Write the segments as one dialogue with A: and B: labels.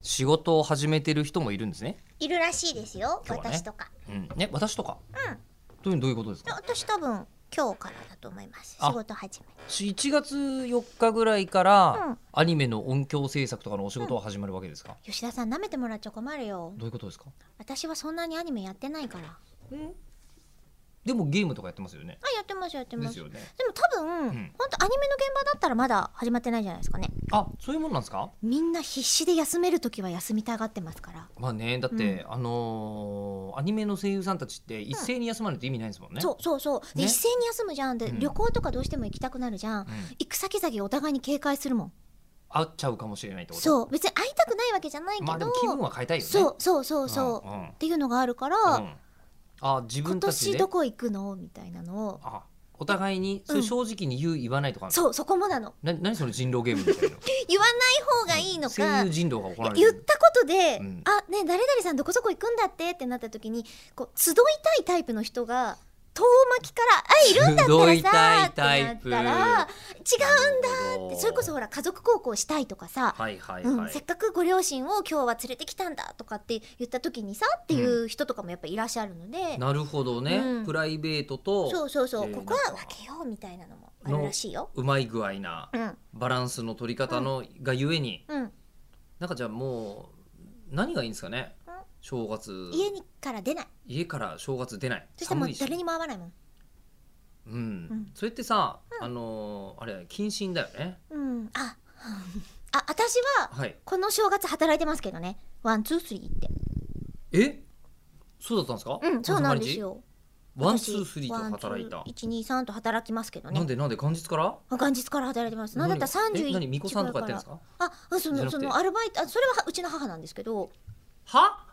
A: 仕事を始めてる人もいるんですね。
B: いるらしいですよ、
A: 今日はね
B: 私とか
A: うん、ね、私とか。
B: うん
A: どういうどういうことですか。
B: 私多分今日からだと思います
A: あ
B: 仕事始め
A: 1月4日ぐらいか
B: う
A: ら
B: ん
A: アニメの音響制作とかのお仕事は始まるわけですか。
B: 吉田さん舐めてもらっちゃ困るよ
A: どういうことですか。
B: 私はそんなにアニメやってないからあ
A: でもゲームとかやってますよね。
B: やってますやって
A: で
B: ま
A: す
B: すで
A: よね。
B: も多分、
A: う
B: ほ
A: ん
B: んとアニメの現場だったらまだ始まってないじゃないですかね
A: あ、そういうもんなんですか。
B: みんな必死で休める時は休みたがってますから、
A: まあね、だって、あのーアニメの声優さんたちって一斉に休まないと意味ないですもんね。
B: そうそうそうで、
A: ね
B: 一斉に休むじゃんで、
A: うん
B: 旅行とかどうしても行きたくなるじゃん、
A: うん
B: 行く先々お互いに警戒するもん
A: 会っちゃうかもしれないってこと。う。
B: そう別に会いたくないわけじゃないけど、
A: まあでも気分は変えたいよね。
B: そうそうそうそう、
A: うんうん
B: っていうのがあるから、
A: うんあ、自
B: 今
A: 分たち
B: 年
A: で。
B: どこ行くのみたいなのを
A: あ、お互いに、それ正直に言う言わないとかあるの。
B: そうそこもなの
A: な何その人狼ゲームみ たいな
B: 言わない方がいいのか、
A: 声優人狼が行われて
B: 言っ
A: る
B: たことで、
A: うん
B: あねえ誰々さんどこそこ行くんだってってなった時にこう集いたいタイプの人が遠巻きから「あ いるんだ
A: 集い
B: ったた
A: いタイ
B: らさ」っ
A: プ
B: てなったら「違うん
A: だ
B: だ」ってそれこそほら家族孝行したいとかさ、
A: はいはい
B: うん
A: はい、
B: せっかくご両親を今日は連れてきたんだとかって言った時にさっていう人とかもやっぱいらっしゃるので、
A: なるほどね、
B: うん
A: プライベートと
B: そうそうそう、
A: えー
B: ここは
A: なんか
B: 分けようみたいなのもあるらしいよ。
A: うまい具合な
B: うん
A: バランスの取り方の、がゆえに
B: うん、
A: なんかじゃあもう何がいいんですかね
B: うん
A: 正月
B: 家にから出ない
A: 家から正月出ない
B: そしてもう
A: 寒いし
B: 誰にも会わないもん、
A: うん、
B: ん
A: それってさ、あのーあれ謹慎だよね
B: うん、あ あ私は
A: はい
B: この正月働いてますけどねワンツースリーって
A: えそうだったんですか
B: うんそうなんですよ
A: ワンツースリーと働いた
B: 123と働きますけど
A: なん
B: ね
A: でなんで元日から
B: あ元日から働いてますなんだったら
A: 何え何巫女
B: 31
A: さんとかやってるんです
B: か
A: か
B: あうんそ
A: じゃな
B: の
A: くて
B: そのアルバイトあそれはうちの母なんですけど
A: は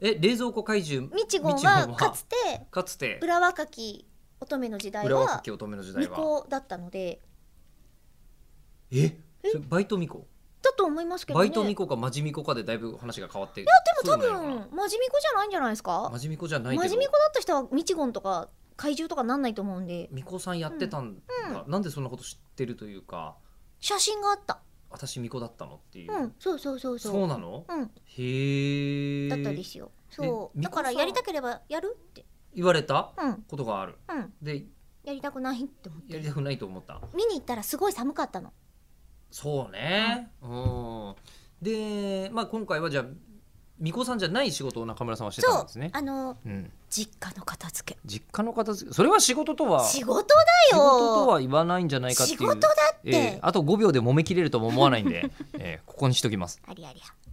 A: え冷蔵庫怪獣
B: みちごん
A: みちごん
B: は
A: は
B: かつて
A: かつて
B: 浦和かき乙女の時代
A: 浦和
B: は
A: き乙女の時代
B: 巫
A: は
B: 女だったので
A: えそれバイト巫女
B: だと思いますけど
A: バ
B: ね
A: イト
B: で
A: 巫
B: も
A: 女かマジ巫女かでだいぶ話が変わっていや
B: 多分マジミコじゃないんじゃないですか
A: マジ巫女じゃない
B: マ
A: け
B: ジ
A: ど
B: ミコだった人はみちごんとか怪獣とかなんないと思うんで
A: 巫女さんやってたんだなんでそんなこと知ってるというか
B: 写真があった
A: 私巫女だったのっていう
B: うんそうそうそうそう
A: そうなの
B: うん
A: へえ
B: だったですよそう
A: え
B: だから
A: みこさん
B: やりたければやるって
A: 言われた
B: うん
A: ことがある
B: うん
A: で
B: やりたくないって思って
A: やりたくないと思った
B: 見に行ったらすごい寒かったの
A: そうね。うん。で、まあ今回はじゃあ巫女さんじゃない仕事を中村さんはしてた
B: そ
A: ん
B: う
A: ですね。
B: あの
A: うん。
B: 実家の片付け
A: 実家の片付け、それは仕事とは
B: 仕
A: 事
B: 事だ
A: と
B: よ
A: は言わないんじゃないかっていう。
B: 仕事だっ て
A: ええあと5秒で揉め切れるとも思わないんで、ええここにしときます。
B: ありありゃ